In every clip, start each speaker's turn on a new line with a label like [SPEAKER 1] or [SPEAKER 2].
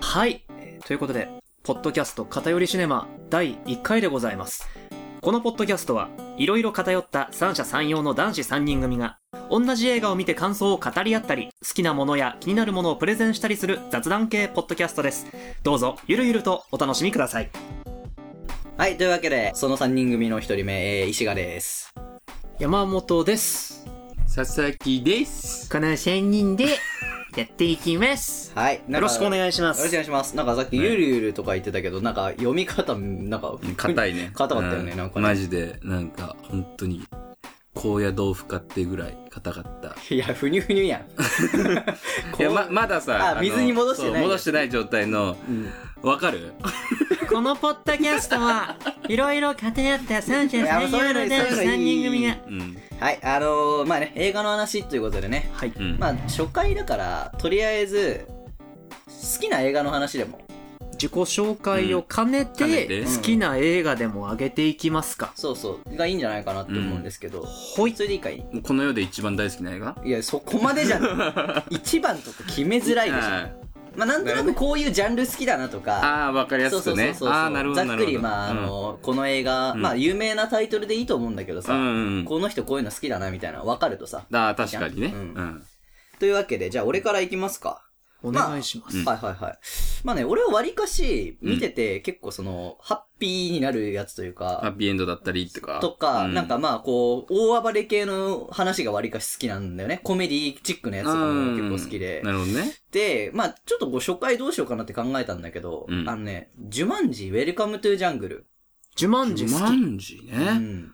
[SPEAKER 1] はい。えーということで、ポッドキャスト偏りシネマ第1回でございます。このポッドキャストは、いろいろ偏った三者三様の男子3人組が、同じ映画を見て感想を語り合ったり、好きなものや気になるものをプレゼンしたりする雑談系ポッドキャストです。どうぞ、ゆるゆるとお楽しみください。
[SPEAKER 2] はい、というわけで、その3人組の1人目、えー、石賀です。
[SPEAKER 1] 山本です。
[SPEAKER 3] 佐々木です。
[SPEAKER 1] この3人で、やっていきます。
[SPEAKER 2] はい、
[SPEAKER 1] よろしくお
[SPEAKER 2] いし
[SPEAKER 1] 願いしま
[SPEAKER 2] ます。よろしくお
[SPEAKER 1] す。
[SPEAKER 2] 願いします。なんかさっき、
[SPEAKER 3] ね
[SPEAKER 2] ゆるゆるとか言ってたけど、なんか読み方、なんか、
[SPEAKER 3] 硬いね。
[SPEAKER 2] 硬かったよね
[SPEAKER 3] う
[SPEAKER 2] なんかね
[SPEAKER 3] マジで、なんか、本当に、高野豆腐買ってぐらい硬かった。
[SPEAKER 2] いや、ふにゅふにゅやん。
[SPEAKER 3] いや、ま、まださ、
[SPEAKER 2] あ水に戻してない
[SPEAKER 3] そう戻してない状態の、
[SPEAKER 2] うん
[SPEAKER 3] わか る
[SPEAKER 1] このポッドキャストは、いろいろ偏った三者三様の男子3人組が、
[SPEAKER 3] うん。
[SPEAKER 2] はい、あのー、まあね、映画の話ということでね、
[SPEAKER 1] はい。
[SPEAKER 3] うん。
[SPEAKER 2] まあ、初回だから、とりあえず、好きな映画の話でも、
[SPEAKER 1] 自己紹介を兼ね
[SPEAKER 3] うん兼ね
[SPEAKER 1] て
[SPEAKER 3] て
[SPEAKER 1] 好きな映画でも上げていきますか、
[SPEAKER 2] そうそう、がいいんじゃないかなって思うんですけど、
[SPEAKER 1] ほい
[SPEAKER 2] それでいいかい
[SPEAKER 3] この世で一番大好きな映画
[SPEAKER 2] いや、そこまでじゃない。一番とか決めづらいでしょ。
[SPEAKER 3] はい
[SPEAKER 2] まあ、なんとなくこういうジャンル好きだなとか、
[SPEAKER 3] ああ、わかりや
[SPEAKER 2] そうそ
[SPEAKER 3] すく
[SPEAKER 2] うそう
[SPEAKER 3] ね。
[SPEAKER 2] そう
[SPEAKER 3] ああ、なるほど、
[SPEAKER 2] ざ
[SPEAKER 3] な
[SPEAKER 2] っ
[SPEAKER 3] る
[SPEAKER 2] く
[SPEAKER 3] ほ
[SPEAKER 2] り
[SPEAKER 3] ど。
[SPEAKER 2] まあ、あのこの映画、
[SPEAKER 3] うん
[SPEAKER 2] まあ有名なタイトルでいいと思うんだけどさ、
[SPEAKER 3] うんうんうん。
[SPEAKER 2] この人こういうの好きだなみたいなの分かるとさ
[SPEAKER 3] ああ、確かにね。
[SPEAKER 2] う
[SPEAKER 3] うんん。
[SPEAKER 2] というわけでじゃあ俺からいきますか、
[SPEAKER 1] お願いします、
[SPEAKER 3] うん
[SPEAKER 2] はいはいはいまあね俺はわりかし見てて、結構そのハッピーになるやつという
[SPEAKER 3] ハ
[SPEAKER 2] か
[SPEAKER 3] ッピーエンドだったりとか。
[SPEAKER 2] とか、
[SPEAKER 3] う
[SPEAKER 2] なんかまあこう大暴れ系の話がわりかし好きなんだよねコメディチックなやつとかも結構好きで、
[SPEAKER 3] うんなるほどね。
[SPEAKER 2] でまあちょっとご紹介どうしようかなって考えたんだけど、
[SPEAKER 3] うん
[SPEAKER 2] あのね「ジュマンジウェルカムトゥジャングル」
[SPEAKER 1] ジュマンジ好
[SPEAKER 3] マ
[SPEAKER 1] き
[SPEAKER 3] ンジ
[SPEAKER 2] う
[SPEAKER 3] ね。
[SPEAKER 2] ん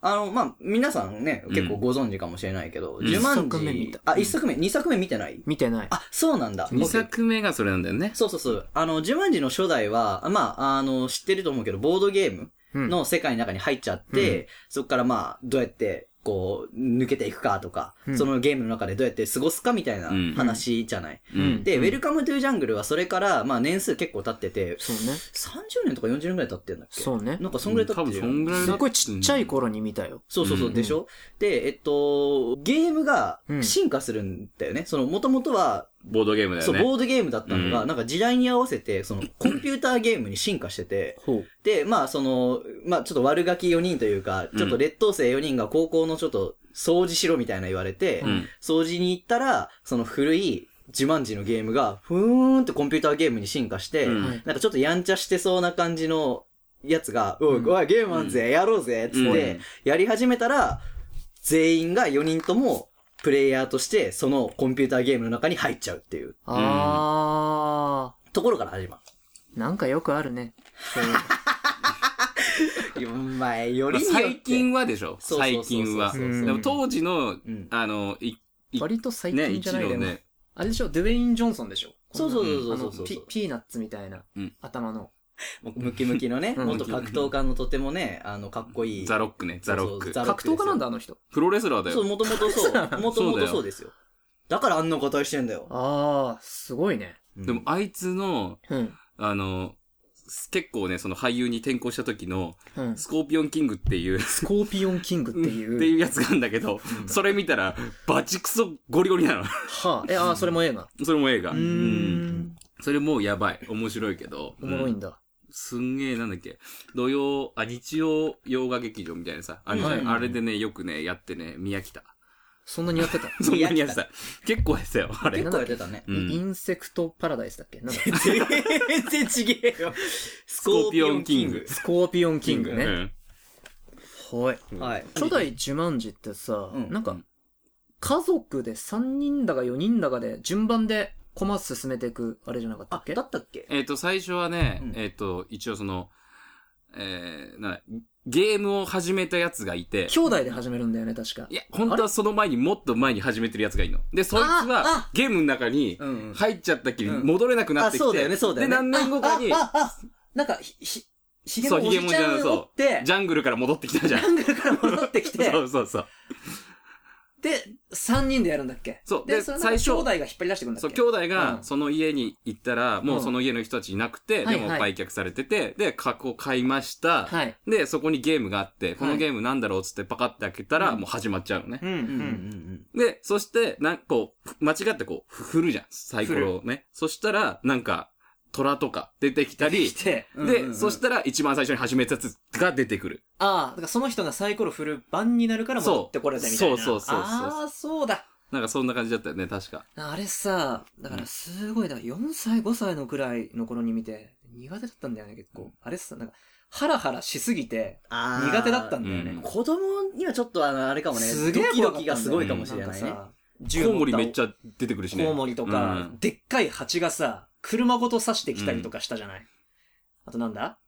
[SPEAKER 2] あの、まあ、皆さんね、結構ご存知かもしれないけど、
[SPEAKER 3] うん
[SPEAKER 2] ジュマン
[SPEAKER 1] 一作目見
[SPEAKER 2] ジ
[SPEAKER 1] た、
[SPEAKER 2] あ、一作目、二作目見てない
[SPEAKER 1] 見てない
[SPEAKER 2] あ、そうなんだ。
[SPEAKER 3] 二
[SPEAKER 2] オッケー
[SPEAKER 3] 作目がそれなんだよね。
[SPEAKER 2] そうそうそう。あの、ジュマンジの初代は、まあ、あの、知ってると思うけど、ボードゲーム
[SPEAKER 1] うん
[SPEAKER 2] の世界の中に入っちゃって、そこからまあ、どうやって、こう、抜けていくかとか、
[SPEAKER 1] うん
[SPEAKER 2] そのゲームの中でどうやって過ごすかみたいな
[SPEAKER 3] うん
[SPEAKER 2] 話じゃない。
[SPEAKER 3] う
[SPEAKER 1] うん
[SPEAKER 3] ん。
[SPEAKER 2] で、ウェルカムトゥジャングルはそれから、まあ、年数結構経ってて、
[SPEAKER 1] そうね
[SPEAKER 2] 30年とか40年ぐらい経ってんだっけ
[SPEAKER 1] そうね
[SPEAKER 2] なんかそんぐらい経
[SPEAKER 3] 多
[SPEAKER 2] ってる
[SPEAKER 3] 分そ
[SPEAKER 2] よ
[SPEAKER 3] んぐらい
[SPEAKER 1] す
[SPEAKER 3] だ
[SPEAKER 1] ごいちっちゃい頃に見たよ、
[SPEAKER 2] そうそうそう、
[SPEAKER 3] うん
[SPEAKER 2] でしょで、えっと、ゲームが
[SPEAKER 1] うん
[SPEAKER 2] 進化するんだよね。その、もともとは、
[SPEAKER 3] ボードゲームだ
[SPEAKER 2] そ
[SPEAKER 3] よ
[SPEAKER 2] う、
[SPEAKER 3] ね。
[SPEAKER 2] ボードゲームだったのが、
[SPEAKER 3] う
[SPEAKER 2] なんか時代に合わせて、その、コンピューターゲームに進化してて、
[SPEAKER 1] ほう
[SPEAKER 2] で、まあ、その、まあ、ちょっと悪ガキ4人というか、ちょっと劣等生4人が高校のちょっと、掃除しろみたいな言われて、
[SPEAKER 3] うん。
[SPEAKER 2] 掃除に行ったら、その古い、ジュマンジのゲームが、ふーんってコンピューターゲームに進化して、
[SPEAKER 3] うん
[SPEAKER 1] はい
[SPEAKER 2] なんかちょっとやんちゃしてそうな感じのやつが、おい、
[SPEAKER 1] うん
[SPEAKER 2] おい、ゲームあんぜ、やろうぜ、つって、
[SPEAKER 3] うん
[SPEAKER 2] やり始めたら、全員が4人とも、プレイヤーとして、そのコンピューターゲームの中に入っちゃうっていう
[SPEAKER 1] あ
[SPEAKER 2] ところから始ま
[SPEAKER 1] ーなんかよくあるねそういうの。
[SPEAKER 2] る。お前、よ
[SPEAKER 3] ま
[SPEAKER 2] り
[SPEAKER 3] あ
[SPEAKER 2] によって。
[SPEAKER 3] 最近はでしょ
[SPEAKER 2] そうそうそうそう
[SPEAKER 3] 最近は
[SPEAKER 2] そう
[SPEAKER 3] で
[SPEAKER 1] ん
[SPEAKER 3] も当時の、
[SPEAKER 2] うん。
[SPEAKER 3] あの、い、い
[SPEAKER 1] 割と最
[SPEAKER 3] ね、
[SPEAKER 1] 近じ
[SPEAKER 3] 一
[SPEAKER 1] ゃない
[SPEAKER 3] の
[SPEAKER 1] でも、
[SPEAKER 3] ね、
[SPEAKER 1] あれでしょドゥェイン・ジョンソンでしょ
[SPEAKER 2] そうそうそう
[SPEAKER 1] こん
[SPEAKER 2] そう
[SPEAKER 1] な
[SPEAKER 2] そ
[SPEAKER 1] の
[SPEAKER 2] うそ
[SPEAKER 1] あの
[SPEAKER 2] う
[SPEAKER 1] ピピーナッツみたいな、
[SPEAKER 3] うん
[SPEAKER 1] 頭の
[SPEAKER 2] ムキムキのね、
[SPEAKER 1] うん
[SPEAKER 2] 元格闘家のとてもね、あの、かっこいい。
[SPEAKER 3] ザロックね、ザロッ
[SPEAKER 2] そう
[SPEAKER 3] ク
[SPEAKER 2] そう。
[SPEAKER 1] 格闘家なんだあの人
[SPEAKER 3] プロレスラーだ
[SPEAKER 2] そう、
[SPEAKER 3] よ。
[SPEAKER 2] もとも とそう。もともとそうですよ。だからあんな形してんだよ。
[SPEAKER 1] ああすごいね
[SPEAKER 3] でも、あいつの、
[SPEAKER 1] うん
[SPEAKER 3] あの、結構ね、その俳優に転向した時の、
[SPEAKER 1] うん
[SPEAKER 3] スコーピオンキングっていう、
[SPEAKER 1] スコーピオンキングっていう。
[SPEAKER 3] っていうやつがあるんだけど、それ見たら、バチクソゴリゴリなの。
[SPEAKER 1] はあ、え、あー、それも映画。
[SPEAKER 3] それも映
[SPEAKER 1] う
[SPEAKER 3] 画。
[SPEAKER 1] ー
[SPEAKER 3] うん
[SPEAKER 1] ん。
[SPEAKER 3] それもうやばい。面白いけど。
[SPEAKER 1] おもろいんだ。
[SPEAKER 3] すんげえ、なんだっけ、土曜、あ、日曜洋画劇場みたいなさ、あれ,、
[SPEAKER 1] はい
[SPEAKER 3] あれでね、よくね、やってね、見飽 きた。
[SPEAKER 1] そんなにやってた。
[SPEAKER 3] そんなにやってた。結構やってたよ、 あれ。
[SPEAKER 2] 結構やってたね。
[SPEAKER 3] う
[SPEAKER 1] イ
[SPEAKER 3] ん、
[SPEAKER 1] ンセクトパラダイスだっけなんだ
[SPEAKER 2] 全然ちげえよ。ス
[SPEAKER 3] コーピオンキング
[SPEAKER 1] スコーピオンキング
[SPEAKER 3] う
[SPEAKER 1] ね。
[SPEAKER 3] ん
[SPEAKER 1] はい。
[SPEAKER 3] うん
[SPEAKER 2] はい。
[SPEAKER 1] 初代ジュマンジってさ、
[SPEAKER 2] うん
[SPEAKER 1] なんか、家族で3人だか4人だかで順番でコマ進めていく、あれじゃなかった
[SPEAKER 2] あ
[SPEAKER 1] っ、け
[SPEAKER 2] だったっけ
[SPEAKER 3] えっ、と、最初はね、
[SPEAKER 2] うん
[SPEAKER 3] えっ、と、一応その、えー、なんだゲームを始めたやつがいて、
[SPEAKER 1] 兄弟で始めるんだよね、確か
[SPEAKER 3] い。や、本当はその前にもっと前に始めてるやつがいいの。で、そいつ
[SPEAKER 1] あ
[SPEAKER 3] は、ゲームの中に
[SPEAKER 2] うんうん
[SPEAKER 3] 入っちゃったきり
[SPEAKER 2] うん
[SPEAKER 3] 戻れなくなってき
[SPEAKER 2] あ
[SPEAKER 3] て、
[SPEAKER 2] そうだよねそうだよね
[SPEAKER 3] で、何年後かに、
[SPEAKER 1] あ、あ、なんか、ひ、ひ、ひげ
[SPEAKER 3] そ
[SPEAKER 1] の
[SPEAKER 3] う
[SPEAKER 1] おじちゃんを追って、
[SPEAKER 3] ジャングルから戻って きたじゃん
[SPEAKER 1] ジャ。ングルから戻ってきて、
[SPEAKER 3] そうそうそう。
[SPEAKER 1] で、3人でやるんだっけ
[SPEAKER 3] そう
[SPEAKER 1] で、
[SPEAKER 3] で
[SPEAKER 1] それなんか
[SPEAKER 3] 最初
[SPEAKER 1] 兄弟が引っ張り出してくるんだっけ
[SPEAKER 3] そう、兄弟
[SPEAKER 1] う
[SPEAKER 3] が
[SPEAKER 1] ん、
[SPEAKER 3] その家に行ったら、もうその家の人たちいなくて、
[SPEAKER 1] はい
[SPEAKER 3] で
[SPEAKER 1] はい
[SPEAKER 3] も売却されてて、で、箱を買いました。
[SPEAKER 1] はい。
[SPEAKER 3] で、そこにゲームがあって、こ
[SPEAKER 1] は
[SPEAKER 3] の
[SPEAKER 1] い
[SPEAKER 3] ゲームなんだろうっつってパカって開けたら、
[SPEAKER 1] うん
[SPEAKER 3] もう始まっちゃうのね。
[SPEAKER 1] ん、う
[SPEAKER 2] うんうんう。ん
[SPEAKER 3] で、そして、なんかこう、ふ間違ってこう、ふ振るじゃん。サイコロをね。そしたら、なんか、虎とか出てきたり
[SPEAKER 1] 来、て、
[SPEAKER 2] うん
[SPEAKER 3] で、
[SPEAKER 2] うんうん
[SPEAKER 3] そしたら一番最初に始めたやつが出てくる。
[SPEAKER 1] ああ、だからその人がサイコロ振る番になるから戻ってこれたみたいな。
[SPEAKER 3] そうそうそうそう
[SPEAKER 1] ああ、そうだ。
[SPEAKER 3] なんかそんな感じだったよね、確か。
[SPEAKER 1] あれさ、だからすごい、だから4歳、5歳のくらいの頃に見て、苦手だったんだよね、結構。あれさ、なんか、ハラハラしすぎて、
[SPEAKER 2] あー
[SPEAKER 1] 苦手だったんだよね
[SPEAKER 3] うん。
[SPEAKER 2] 子供にはちょっとあの、あれかもね、
[SPEAKER 1] すげ
[SPEAKER 2] ド
[SPEAKER 1] え
[SPEAKER 2] キドキがすごいかもしれないね。
[SPEAKER 1] コ
[SPEAKER 3] コウモリめっ
[SPEAKER 1] ゃ
[SPEAKER 3] ちゃ出てくるしね。
[SPEAKER 1] コウモリとか、でっかい蜂がさ、車ごと刺してきたりとかしたじゃない。あとなんだ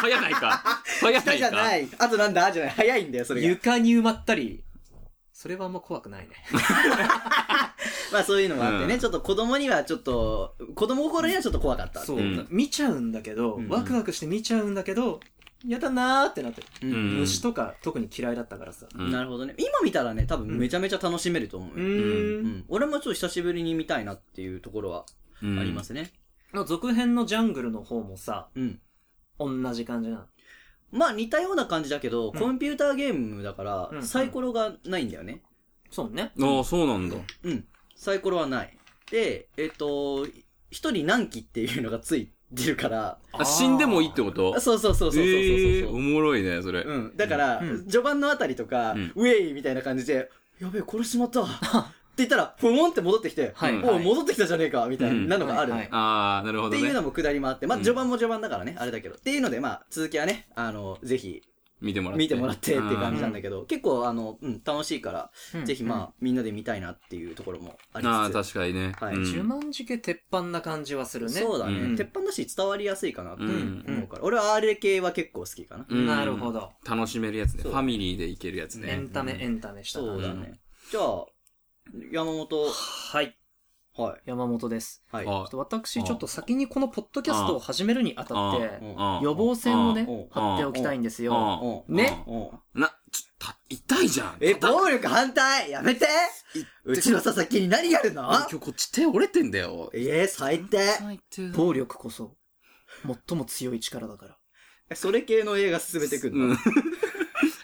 [SPEAKER 3] 早ないか。早な
[SPEAKER 2] 下
[SPEAKER 3] い
[SPEAKER 2] じゃな
[SPEAKER 3] か。
[SPEAKER 2] い。あとなんだじゃない。早いんだよ、それが。
[SPEAKER 1] 床に埋まったり、それはあんま怖くないね。
[SPEAKER 2] まあそういうのもあってね、
[SPEAKER 3] うん
[SPEAKER 2] ちょっと子供にはちょっと、子供心にはちょっと怖かった。
[SPEAKER 1] そう、
[SPEAKER 3] うん
[SPEAKER 1] 見ちゃうんだけど、
[SPEAKER 2] うん
[SPEAKER 1] ワクワクして見ちゃうんだけど、やだなーってなってる。
[SPEAKER 2] う。
[SPEAKER 3] うんん
[SPEAKER 1] 虫とか特に嫌いだったからさ。
[SPEAKER 3] うん
[SPEAKER 2] なるほどね。今見たらね、多分めちゃめちゃ楽しめると思う
[SPEAKER 1] う
[SPEAKER 2] よ。
[SPEAKER 1] ー。
[SPEAKER 2] うんん。俺もちょっと久しぶりに見たいなっていうところはありま。すね。
[SPEAKER 1] の続編のジャングルの方もさ、
[SPEAKER 2] うん。
[SPEAKER 1] 同じ感じなの。
[SPEAKER 2] まあ似たような感じだけど、
[SPEAKER 1] うん
[SPEAKER 2] コンピューターゲームだから、
[SPEAKER 1] うん
[SPEAKER 2] サイコロがないんだよね。
[SPEAKER 1] そうね。
[SPEAKER 3] ああ、そうなんだ。
[SPEAKER 2] うん。サイコロはない。で、えっ、と、一人何期っていうのがついてるから、
[SPEAKER 1] あー
[SPEAKER 3] あ、死んでもいいってこと
[SPEAKER 2] あそうそうそうそうそうそうそう。
[SPEAKER 3] ええおもろいね、それ。
[SPEAKER 2] うん。だから、
[SPEAKER 1] うん
[SPEAKER 2] 序盤のあたりとか、
[SPEAKER 3] うん
[SPEAKER 2] ウェイみたいな感じで、やべえ、殺しちまった。って言ったら、ふもんって戻ってきて、
[SPEAKER 1] はい、
[SPEAKER 3] うん
[SPEAKER 1] はい
[SPEAKER 2] おい戻ってきたじゃねえか、みたいなのがあるの。
[SPEAKER 1] うんはいは
[SPEAKER 3] ああ、なるほ
[SPEAKER 2] っ
[SPEAKER 3] ど
[SPEAKER 2] て
[SPEAKER 3] ね。
[SPEAKER 2] いうのも下りもあって、まあ、
[SPEAKER 3] うん
[SPEAKER 2] 序盤も序盤だからね、あれだけど。っていうので、まあ、続きはね、あの、ぜひ、
[SPEAKER 3] 見てもらって。
[SPEAKER 2] 見てもらってっていう感じなんだけど、結構、あの、うん、楽しいから、ぜひ、まあ、みんなで見たいなっていうところもあ
[SPEAKER 3] あ
[SPEAKER 2] り
[SPEAKER 3] ーあー、
[SPEAKER 2] つつ。
[SPEAKER 3] 確かにね。
[SPEAKER 2] はい
[SPEAKER 3] うん
[SPEAKER 1] 十万字系鉄板な感じはするね。
[SPEAKER 2] そうだね、
[SPEAKER 3] うん
[SPEAKER 2] 鉄板だし伝わりやすいかなって思うから、俺は R 系は結構好きかな、
[SPEAKER 3] うん
[SPEAKER 1] なるほど。
[SPEAKER 3] 楽しめるやつね。
[SPEAKER 2] そ
[SPEAKER 3] フ
[SPEAKER 2] う
[SPEAKER 3] ァミリーでいけるやつ
[SPEAKER 1] エ
[SPEAKER 3] ね
[SPEAKER 1] ン。タメ、
[SPEAKER 2] うん
[SPEAKER 1] エンタメしたな
[SPEAKER 2] そうだ
[SPEAKER 3] う
[SPEAKER 2] ねじゃあ山本
[SPEAKER 1] はい。
[SPEAKER 2] はい
[SPEAKER 1] 山本です。
[SPEAKER 2] はい
[SPEAKER 3] あ
[SPEAKER 1] ちょっと私、ちょっと先にこのポッドキャストを始めるにあたっ
[SPEAKER 2] う
[SPEAKER 1] て、
[SPEAKER 2] ん
[SPEAKER 3] あー
[SPEAKER 1] 予防線をね
[SPEAKER 2] うん、
[SPEAKER 1] 張っておきたいんですよ。
[SPEAKER 3] あー
[SPEAKER 1] ね
[SPEAKER 2] うん
[SPEAKER 3] な、ちょ、た、痛いじゃん。
[SPEAKER 2] え、
[SPEAKER 3] 肩
[SPEAKER 2] 暴力反対やめてうちの佐々木に何やるの
[SPEAKER 3] 今日こっち手折れてんだよ。
[SPEAKER 2] ええ、最低。
[SPEAKER 1] 暴力こそ、最も強い力だから。
[SPEAKER 2] それ系の映画進めてく
[SPEAKER 3] う
[SPEAKER 2] る
[SPEAKER 3] ん
[SPEAKER 2] の。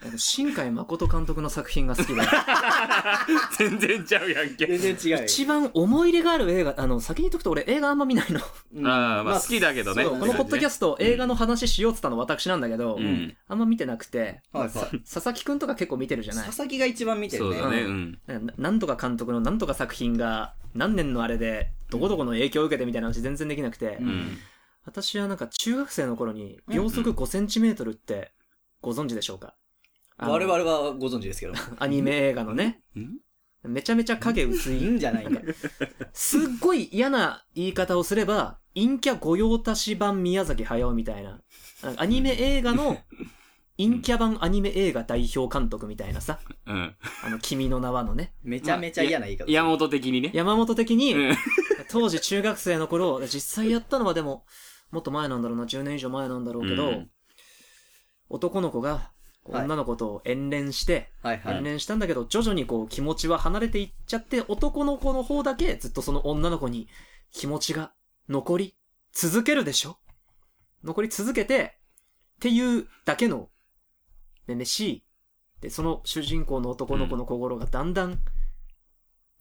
[SPEAKER 1] あの新海誠監督の作品が好きで、
[SPEAKER 3] 全然ちゃうやんけ。
[SPEAKER 2] 全然違うよ。
[SPEAKER 1] 一番思い入れがある映画、あの、先に言っとくと俺映画あんま見ない の。
[SPEAKER 2] うん
[SPEAKER 3] ああ、まあ好きだけどね。
[SPEAKER 2] そう
[SPEAKER 1] このポッドキャ
[SPEAKER 3] ス
[SPEAKER 1] スト、映画の話しようって言ったの私なんだけど、
[SPEAKER 3] うん。
[SPEAKER 1] あんま見てなくて、
[SPEAKER 2] はいはい
[SPEAKER 1] 佐々木くんとか結構見てるじゃない
[SPEAKER 2] 佐々木が一番見て
[SPEAKER 3] そ
[SPEAKER 2] る
[SPEAKER 3] う
[SPEAKER 2] ね
[SPEAKER 3] だ。ね。うん。
[SPEAKER 1] ななんとか監督のなんとか作品が何年のあれでどこどこの影響を受けてみたいな話全然できなくて、
[SPEAKER 2] う
[SPEAKER 3] うんん。
[SPEAKER 1] 私はなんか中学生の頃に秒速5センチメートルってご存知でしょうか、あの
[SPEAKER 2] 我々はご存知ですけど。
[SPEAKER 1] アニメ映画のね、
[SPEAKER 3] うん
[SPEAKER 1] めちゃめちゃ影薄
[SPEAKER 2] い
[SPEAKER 1] い、
[SPEAKER 2] いんじゃないんだよ。
[SPEAKER 1] すっごい嫌な言い方をすれば、陰キャ御用達版宮崎駿みたいな、なんかアニメ映画の陰キャ版アニメ映画代表監督みたいなさ、
[SPEAKER 3] うん。
[SPEAKER 1] あの、君の名はのね、
[SPEAKER 2] めちゃめちゃ嫌な言い方。
[SPEAKER 3] 山本的にね。
[SPEAKER 1] 山本的に、
[SPEAKER 3] うん
[SPEAKER 1] 当時中学生の頃、実際やったのはでも、もっと前なんだろうな、10年以上前なんだろうけど、
[SPEAKER 3] うん
[SPEAKER 1] 男の子が、
[SPEAKER 2] はい
[SPEAKER 1] 女の子と遠恋して、
[SPEAKER 2] はいは
[SPEAKER 1] 遠
[SPEAKER 2] い。
[SPEAKER 1] 恋したんだけど、徐々にこう気持ちは離れていっちゃって、男の子の方だけずっとその女の子に気持ちが残り続けるでしょ残り続けて、っていうだけの、ねねしい。で、その主人公の男の子の心がだんだん、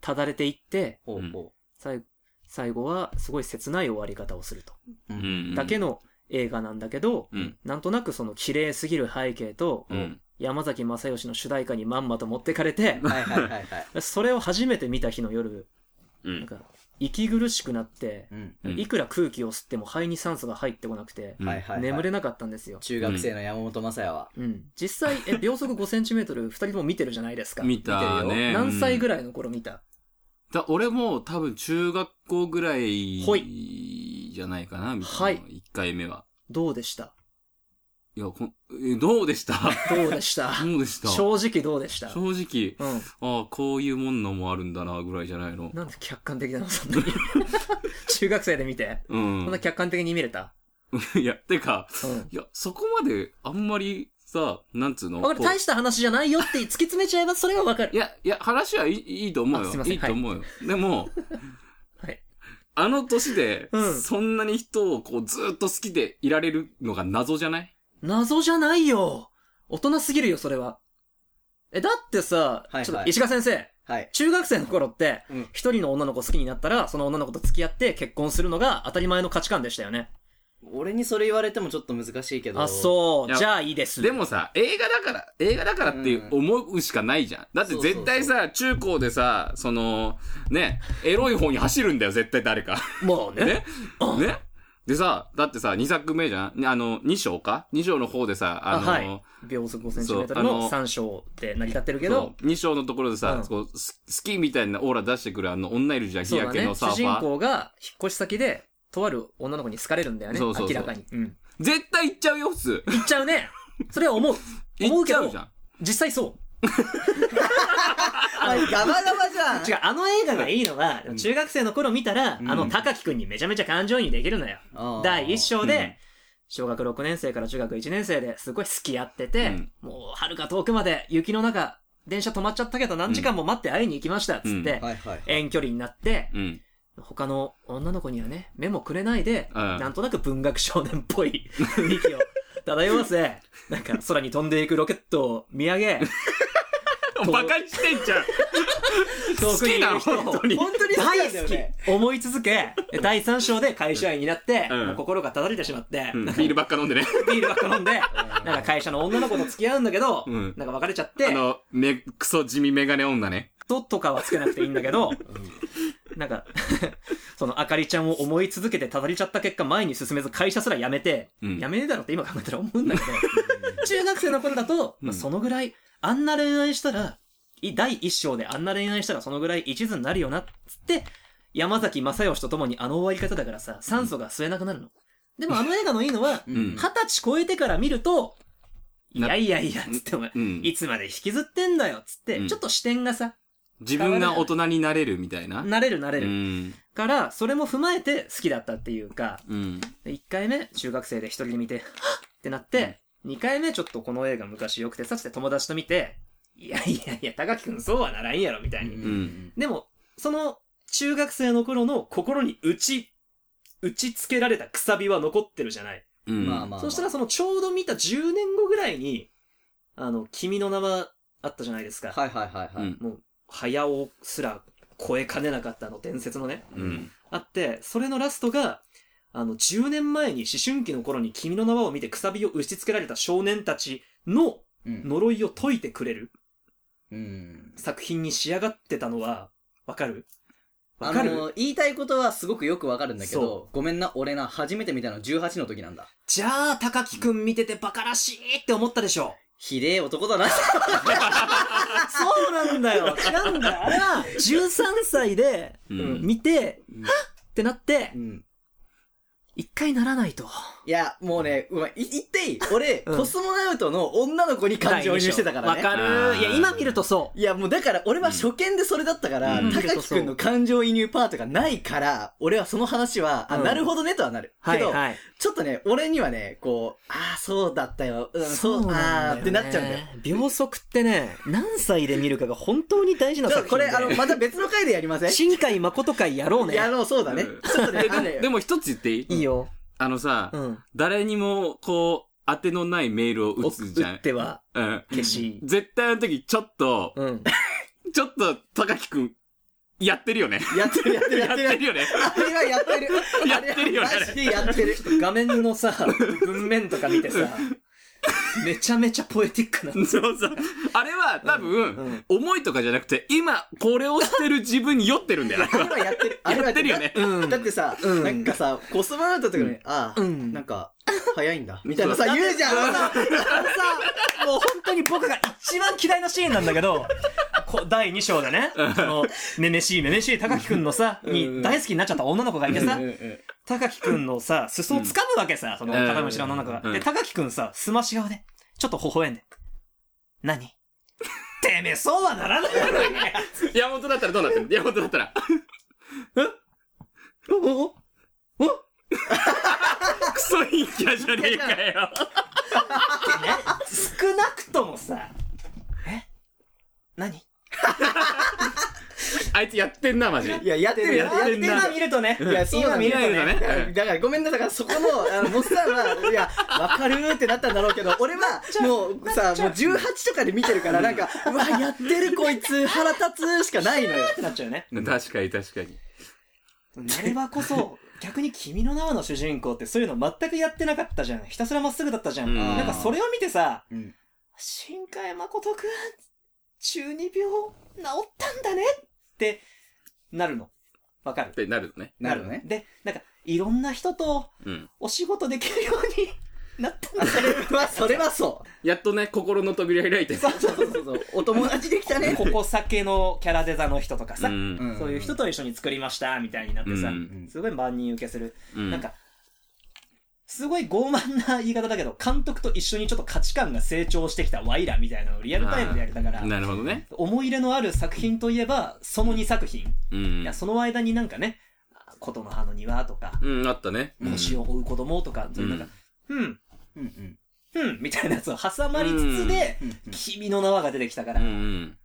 [SPEAKER 1] ただれていって、
[SPEAKER 2] ほうほ
[SPEAKER 1] 最最後はすごい切ない終わり方をすると。
[SPEAKER 2] う。う。
[SPEAKER 3] うんん。
[SPEAKER 1] だけの映画なんだけど、
[SPEAKER 3] うん。
[SPEAKER 1] なんとなくその綺麗すぎる背景と、
[SPEAKER 3] うん。
[SPEAKER 1] 山崎正義の主題歌にまんまと持ってかれて、
[SPEAKER 2] はいはいはいはい。
[SPEAKER 1] それを初めて見た日の夜、
[SPEAKER 3] う
[SPEAKER 1] なん
[SPEAKER 3] ん。
[SPEAKER 1] か、息苦しくなって、
[SPEAKER 2] うん。
[SPEAKER 3] うん
[SPEAKER 1] いくら空気を吸っても肺に酸素が入ってこなくて、
[SPEAKER 3] うん
[SPEAKER 2] はいはいはい。
[SPEAKER 1] 眠れなかったんですよ。
[SPEAKER 2] 中学生の山本雅也は。
[SPEAKER 1] うん。実際、 え、秒速5センチメートル二人とも見てるじゃないですか。
[SPEAKER 3] 見た
[SPEAKER 2] 見て
[SPEAKER 3] ね。
[SPEAKER 1] 何歳ぐ
[SPEAKER 3] らい
[SPEAKER 1] らいの頃見た、
[SPEAKER 3] だ俺も多分中学校ぐらい
[SPEAKER 1] ほ
[SPEAKER 3] じゃないかな、みたいな。
[SPEAKER 1] はい
[SPEAKER 3] 一回目は。
[SPEAKER 1] どうでした
[SPEAKER 3] いや、こんえどうでした
[SPEAKER 1] どうでした
[SPEAKER 3] どうでした
[SPEAKER 1] 正直どうでした
[SPEAKER 3] 正直、
[SPEAKER 1] うん。
[SPEAKER 3] ああ、こういうもんのもあるんだな、ぐらいじゃないの。
[SPEAKER 1] なんで客観的なのそん なに。中学生で見て。
[SPEAKER 3] う。
[SPEAKER 1] そんなん客観的に見れた。
[SPEAKER 3] いや、てか、
[SPEAKER 1] うん。
[SPEAKER 3] いや、そこまで、あんまりさ、なんつうの
[SPEAKER 1] わかる。
[SPEAKER 3] こう
[SPEAKER 1] 大した話じゃないよって突き詰めちゃえばそれはわか
[SPEAKER 3] い
[SPEAKER 1] る。
[SPEAKER 3] や、いや、話はいいいいと思う
[SPEAKER 1] あ
[SPEAKER 3] よ
[SPEAKER 1] すい。ません
[SPEAKER 3] いいと思うよ。でも、
[SPEAKER 1] はい。
[SPEAKER 3] あの年で
[SPEAKER 1] うん、
[SPEAKER 3] そんなに人をこう、ずーっと好きでいられるのが謎じゃない
[SPEAKER 1] 謎じゃないよ。大人すぎるよ、それは。え、だってさ、
[SPEAKER 2] はいはい
[SPEAKER 1] ちょっと石川先生、
[SPEAKER 2] はい。
[SPEAKER 1] 中学生の頃って
[SPEAKER 2] うん、
[SPEAKER 1] 一、人の女の子好きになったら、その女の子と付き合って結婚するのが当たり前の価値観でしたよね。
[SPEAKER 2] 俺にそれ言われてもちょっと難しいけど。
[SPEAKER 1] あ、そ。
[SPEAKER 3] いうや
[SPEAKER 1] じゃあいいです。
[SPEAKER 3] でもさ、映画だから、映画だからって思うしかないじゃん。だって絶対さ、中高でさ、その、ね、エロい方に走るんだよ、絶対誰か。
[SPEAKER 1] もうね。
[SPEAKER 3] ねねでさ、だってさ、2作目じゃんねあの、2章か ?2 章の方でさ、あ
[SPEAKER 1] あ
[SPEAKER 3] の、
[SPEAKER 1] はい。秒速5センチメート
[SPEAKER 3] そうあ
[SPEAKER 1] ル
[SPEAKER 3] の
[SPEAKER 1] の3章で成り立ってるけ
[SPEAKER 3] そ
[SPEAKER 1] ど、
[SPEAKER 3] う2章のところでさ、
[SPEAKER 1] うん
[SPEAKER 3] こうススキーみたいなオーラ出してくるあの女いるじゃん、日
[SPEAKER 1] そうだ
[SPEAKER 3] 焼け
[SPEAKER 1] ね。
[SPEAKER 3] のサー
[SPEAKER 1] 主
[SPEAKER 3] ファー。
[SPEAKER 1] 人公が引っ越し先で、とある女の子に好かれるんだよね。
[SPEAKER 3] そうそうそう
[SPEAKER 1] 明らかに。うん。
[SPEAKER 3] 絶対行っちゃうよ、普通。
[SPEAKER 1] 言っちゃうね。それは思う。思
[SPEAKER 3] 行
[SPEAKER 1] う
[SPEAKER 3] っち
[SPEAKER 1] け
[SPEAKER 3] ゃう
[SPEAKER 1] ど
[SPEAKER 3] じ、ゃん。
[SPEAKER 1] 実際そう。
[SPEAKER 2] あ、ガバガバじ
[SPEAKER 1] 違う、
[SPEAKER 2] ゃん
[SPEAKER 1] あの映画がいいのは、中学生の頃見たら、
[SPEAKER 2] うん
[SPEAKER 1] あの、高木くんにめちゃめちゃ感情移入できるのよ。
[SPEAKER 2] あー
[SPEAKER 1] 第1章
[SPEAKER 3] う
[SPEAKER 1] で
[SPEAKER 3] ん、
[SPEAKER 1] 小学6年生から中学1年生ですごい付き合ってて、
[SPEAKER 3] うん
[SPEAKER 1] もう、遥か遠くまで雪の中、電車止まっちゃったけど何時間も待って会いに行きました、つって、
[SPEAKER 3] うん
[SPEAKER 2] はいはい。
[SPEAKER 1] 遠距離になって、
[SPEAKER 3] うん。
[SPEAKER 1] 他の女の子にはね、目もくれないで、
[SPEAKER 3] うん
[SPEAKER 1] なんとなく文学少年っぽい雰囲気を漂わせ、なんか空に飛んでいくロケットを見上げ、う
[SPEAKER 3] バカにしてんじゃん。
[SPEAKER 1] 遠くにいる人を
[SPEAKER 3] 好きなの本当に
[SPEAKER 2] 本当に好きなんだよね。
[SPEAKER 1] 大好き思い続け、第3章で会社員になって、
[SPEAKER 3] うん
[SPEAKER 1] もう心がただれてしまって、
[SPEAKER 3] うんビ
[SPEAKER 1] なんか
[SPEAKER 3] ールばっか飲んでね。
[SPEAKER 1] ビールばっか飲んで、なんか会社の女の子と付き合うんだけど、
[SPEAKER 3] うん
[SPEAKER 1] なんか別れちゃっ
[SPEAKER 3] あ
[SPEAKER 1] て、
[SPEAKER 3] の、め、クソ地味メガネ女ね。
[SPEAKER 1] ととかはつけなくていいんだけど、
[SPEAKER 2] うん
[SPEAKER 1] なんか、 そのあかりちゃんを思い続けてただりちゃった結果前に進めず会社すら辞めて、
[SPEAKER 3] うん
[SPEAKER 1] 辞めねえだろって今考えたら思うんだけど、 中学生の頃だと、
[SPEAKER 3] うん
[SPEAKER 1] まあ、そのぐらい、あんな恋愛したら、い第一章であんな恋愛したらそのぐらい一途になるよな、っつって、山崎正義と共にあの終わり方だからさ、酸素が吸えなくなるの。でもあの映画のいいのは、
[SPEAKER 2] う
[SPEAKER 3] うんん
[SPEAKER 1] 二十歳超えてから見ると、い
[SPEAKER 3] な
[SPEAKER 1] やいやいや、つってお前、
[SPEAKER 3] うん。
[SPEAKER 1] いつまで引きずってんだよ、つって、
[SPEAKER 3] うん
[SPEAKER 1] ちょっと視点がさ、
[SPEAKER 3] 自分が大人になれるみたいな。
[SPEAKER 1] 慣れる慣れ
[SPEAKER 3] う
[SPEAKER 1] る。
[SPEAKER 3] ん。
[SPEAKER 1] から、それも踏まえて好きだったっていうか、
[SPEAKER 3] うん。
[SPEAKER 1] 1回目、中学生で一人で見て、はっってなって、2回目、ちょっとこの映画昔良くてさ、つって友達と見て、いやいやいや、高木くんそうはならんやろ、みたいに。
[SPEAKER 3] ん
[SPEAKER 1] でも、その、中学生の頃の心に打ち、打ち付けられたくさびは残ってるじゃない。
[SPEAKER 3] うん。
[SPEAKER 2] まあまあ。
[SPEAKER 1] そしたら、そのちょうど見た10年後ぐらいに、あの、君の名はあったじゃないですか。
[SPEAKER 2] はいはいはいは
[SPEAKER 3] う
[SPEAKER 2] い。
[SPEAKER 3] ん。
[SPEAKER 1] もう、早尾すら超えかねなかったあの伝説のね。
[SPEAKER 3] うん。
[SPEAKER 1] あって、それのラストが、あの、10年前に思春期の頃に君の名はを見てくさびを打ち付けられた少年たちの
[SPEAKER 2] うん。
[SPEAKER 1] 呪いを解いてくれる
[SPEAKER 2] うん。
[SPEAKER 1] 作品に仕上がってたのは、わかるわ
[SPEAKER 2] あ
[SPEAKER 1] かる、
[SPEAKER 2] の、言いたいことはすごくよくわかるんだけ
[SPEAKER 1] そ
[SPEAKER 2] ど、ごめんな、俺な、初めて見たの18の時なんだ。
[SPEAKER 1] じゃあ、高木くん見ててバカらしいって思ったでしょ。
[SPEAKER 2] ひでえ男だな。
[SPEAKER 1] そうなんだ よ。違うんだよ。あれは、13歳で、
[SPEAKER 3] うん
[SPEAKER 1] 見て、ってなって
[SPEAKER 2] う、ん。
[SPEAKER 1] 一回ならないと。
[SPEAKER 2] いや、もうね、うまい、い言っていい俺、
[SPEAKER 1] うん
[SPEAKER 2] コスモナウトの女の子に感情移入してたからね。
[SPEAKER 1] わかる。いや、今見るとそう。
[SPEAKER 2] いや、もうだから、俺は初見でそれだったから、
[SPEAKER 3] うん
[SPEAKER 2] 高木くんの感情移入パートがないから、俺はその話は、あ、
[SPEAKER 1] うん
[SPEAKER 2] なるほどねとはなる。
[SPEAKER 1] は
[SPEAKER 2] け
[SPEAKER 1] い
[SPEAKER 2] ど、
[SPEAKER 1] はい。
[SPEAKER 2] ちょっとね、俺にはね、こう、ああ、そうだったよ、うん、そう、ああーってなっちゃうんだよ。。
[SPEAKER 1] 秒速ってね、何歳で見るかが本当に大事な
[SPEAKER 2] ちょっ
[SPEAKER 1] 作
[SPEAKER 2] と
[SPEAKER 1] 品
[SPEAKER 2] こ
[SPEAKER 1] で。
[SPEAKER 2] れ、あの、また別の回でやりません
[SPEAKER 1] 新海誠会やろうね。
[SPEAKER 2] やろう、そうだね。
[SPEAKER 3] うん
[SPEAKER 2] ちょっとね、あのね
[SPEAKER 3] でも一つ言っていい
[SPEAKER 1] いいよ。
[SPEAKER 3] あのさ
[SPEAKER 1] う、ん。
[SPEAKER 3] 誰にも、こう、当てのないメールを打つじゃ
[SPEAKER 1] 打っ
[SPEAKER 3] ん。
[SPEAKER 1] ては
[SPEAKER 3] うん。
[SPEAKER 1] 消し。
[SPEAKER 3] 絶対あの時、ちょっと、
[SPEAKER 1] うん。
[SPEAKER 3] ちょっと、高木くん、やってるよね。
[SPEAKER 2] やってる、やってる、
[SPEAKER 3] やっ
[SPEAKER 2] やって
[SPEAKER 3] て
[SPEAKER 2] る。
[SPEAKER 3] るよね。
[SPEAKER 2] あれはやってる。
[SPEAKER 3] やってるよね
[SPEAKER 2] あれはマジでやってる。
[SPEAKER 1] 画面のさ、文面とか見てさ、めちゃめちゃポエティックな。
[SPEAKER 3] そうそう。あれは、多
[SPEAKER 1] う
[SPEAKER 3] 分、
[SPEAKER 1] ん。
[SPEAKER 3] 思いとかじゃなくて、今、これをしてる自分に酔ってるん だよ。
[SPEAKER 2] あれはやってる。あれは
[SPEAKER 3] やってるよね。
[SPEAKER 1] うん。
[SPEAKER 2] だってさ、
[SPEAKER 1] うん
[SPEAKER 2] なんかさ、コスモナウトとかね、ああ、
[SPEAKER 1] うん
[SPEAKER 2] なんか、早い んだ。みたいなさ、
[SPEAKER 3] そう
[SPEAKER 2] 言うじゃん。あのさ
[SPEAKER 1] あのさ、もう本当に僕が一番嫌いなシーンなんだけど、こ第2章でね、その、めめしいめめしい高木くんのさ、
[SPEAKER 2] うん
[SPEAKER 1] に大好きになっちゃった女の子がいてさ
[SPEAKER 2] うん、うん
[SPEAKER 1] 高木くんのさ、裾を掴むわけさ、その、
[SPEAKER 3] うん
[SPEAKER 1] 片虫の女の子が。
[SPEAKER 3] うん
[SPEAKER 1] で、高木くんさ、すまし顔で、ちょっと微笑んで。何 てめえ、そうはならないよね
[SPEAKER 3] 山本だったらどうなってる山本だったら。
[SPEAKER 1] おお
[SPEAKER 3] クソ陰キャじゃねえかよ。
[SPEAKER 1] 少なくともさ、え何
[SPEAKER 3] あいつやってんな、マジ。
[SPEAKER 2] いや、やってる、やってるな。
[SPEAKER 1] 今見るとね。
[SPEAKER 2] いや、そうなんだ
[SPEAKER 3] 今見ないとね
[SPEAKER 2] うんだからごめんな、だからそこの、あの、モッサンは、いや、わかるーってなったんだろうけ ど、俺は、もうさ、もう18とかで見てるから、なんか、うわ、やってるこいつ、腹立つしかないのよ。
[SPEAKER 1] ってなっちゃうよね。
[SPEAKER 3] 確かに確かに。
[SPEAKER 1] なればこそ、逆に君の名はの主人公ってそういうの全くやってなかったじゃん。ひたすらまっすぐだったじゃん。
[SPEAKER 3] うん
[SPEAKER 1] なんかそれを見てさ、
[SPEAKER 2] うん
[SPEAKER 1] 新海誠くん、中二病、治ったんだねって、なるの。わかる
[SPEAKER 3] ってなるのね。
[SPEAKER 2] なるのね。
[SPEAKER 1] で、なんか、いろんな人と
[SPEAKER 3] うん。
[SPEAKER 1] お仕事できるようになったんだ
[SPEAKER 2] あそれは、それはそ
[SPEAKER 3] やっとね、心の扉開いて
[SPEAKER 2] う。。そうそうそうそう。お友達できたね。
[SPEAKER 1] ここ酒のキャラデザの人とかさ、
[SPEAKER 3] うん。
[SPEAKER 1] そういう人と一緒に作りました、みたいになってさ、
[SPEAKER 3] うん
[SPEAKER 2] うん
[SPEAKER 1] すごい万人受けする。
[SPEAKER 3] うん
[SPEAKER 1] なんか、すごい傲慢な言い方だけど、監督と一緒にちょっと価値観が成長してきたワイラみたいなのをリアルタイムでやれたから、
[SPEAKER 3] なるほどね。
[SPEAKER 1] 思い入れのある作品といえば、その2作品。
[SPEAKER 3] うん
[SPEAKER 1] いや、。その間になんかね、琴の葉の庭とか、
[SPEAKER 3] うん、あったね。
[SPEAKER 1] 星を追う子供とか、そううんなんか、うん、
[SPEAKER 2] うんうん
[SPEAKER 1] うん、みたいなやつを挟まりつつで、
[SPEAKER 2] うんうん
[SPEAKER 1] 君の名はが出てきたか
[SPEAKER 3] う
[SPEAKER 1] ら、
[SPEAKER 3] んうん。